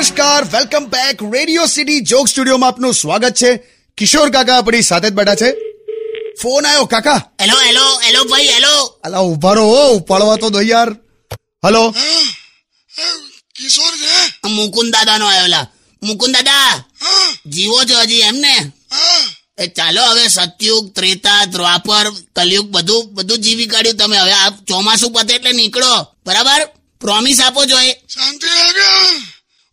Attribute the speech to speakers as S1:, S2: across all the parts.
S1: Welcome back radio city joke સ્ટુડિયોમાં આપનું સ્વાગત છે કિશોર કાકા આપણી સાથે જ બેઠા છે ફોન આવ્યો કાકા
S2: હેલો હેલો હેલો ભાઈ હેલો
S1: અલા ઉભા રહો હો, ઉપાડવા તો દો યાર હલો
S3: હા, હા, કિશોર છે
S2: આ મુકુંદ દાદાનો આયોલા મુકુંદ દાદા
S3: હા,
S2: જીવો છો હજી એમ ને
S3: હા.
S2: એ ચાલો હવે સતયુગ ત્રેતા દ્વાપર કલયુગ બધું બધું જીવી કાઢ્યું તમે હવે આ ચોમાસું પતે એટલે નીકળો બરાબર પ્રોમિસ આપો છો એ
S3: શાંતિ રાખે હવે.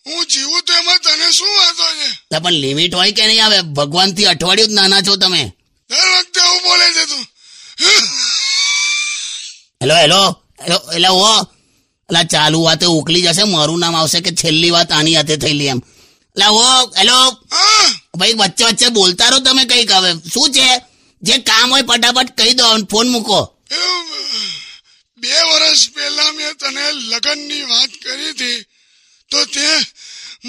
S3: હું જીવું તો એમાં તને શું વાંધો છે
S2: લે પણ લિમિટ હોય કે નહીં આવે ભગવાનથી અઠવાડિયું જ નાના છો તમે
S3: દર વખતે આવું બોલે છે તું
S2: હેલો હેલો હેલો એટલે હો એટલે ચાલુ વાતે ઉકલી જશે મારું નામ આવશે કે છેલ્લી વાત આની હાથે થયેલી એમ એટલે હો હેલો
S3: હા,
S2: ભાઈ વચ્ચે વચ્ચે બોલતા રહો તમે કઈક હવે શું છે જે કામ હોય ફટાફટ કહી દો અને ફોન મૂકો
S3: એવું, બે વર્ષ પહેલા મેં તને લગ્નની વાત કરી હતી તો તે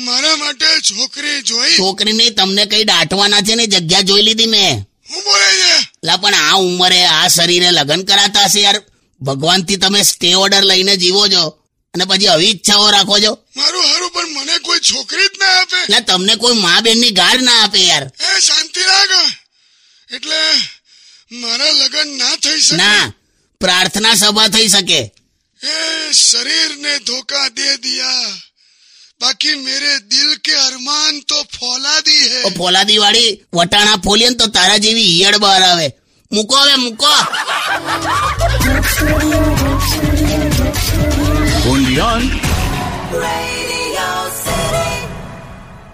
S3: મારા માટે છોકરી જોઈ
S2: છોકરીને તમને કઈ દાટવાના છે ને જગ્યા જોઈ લીધી મેં
S3: હું બોલે છે
S2: લા પણ આ ઉંમરે આ શરીરે લગ્ન કરાતા હશે યાર ભગવાનથી તમે સ્ટે ઓર્ડર લઈને જીવો છો અને પછી આવી ઈચ્છાઓ રાખો છો
S3: મારું હારું પણ મને કોઈ છોકરી જ ના આપે
S2: એટલે તમને કોઈ મા બેનની ગાઢ ના આપે યાર
S3: એ શાંતિ રાખ એટલે મારા લગ્ન ના થઈ શકે
S2: ના પ્રાર્થના સભા થઈ શકે
S3: ए, शरीर ने धोखा दे दिया बाकी मेरे दिल के अरमान तो फौला दी है
S2: ઓ ફોલાદી વાળી વટાણા ફોલીએ ને તો તારા જેવી ઈયળ બહાર આવે મૂકો હવે મૂકો
S4: only on
S5: Radio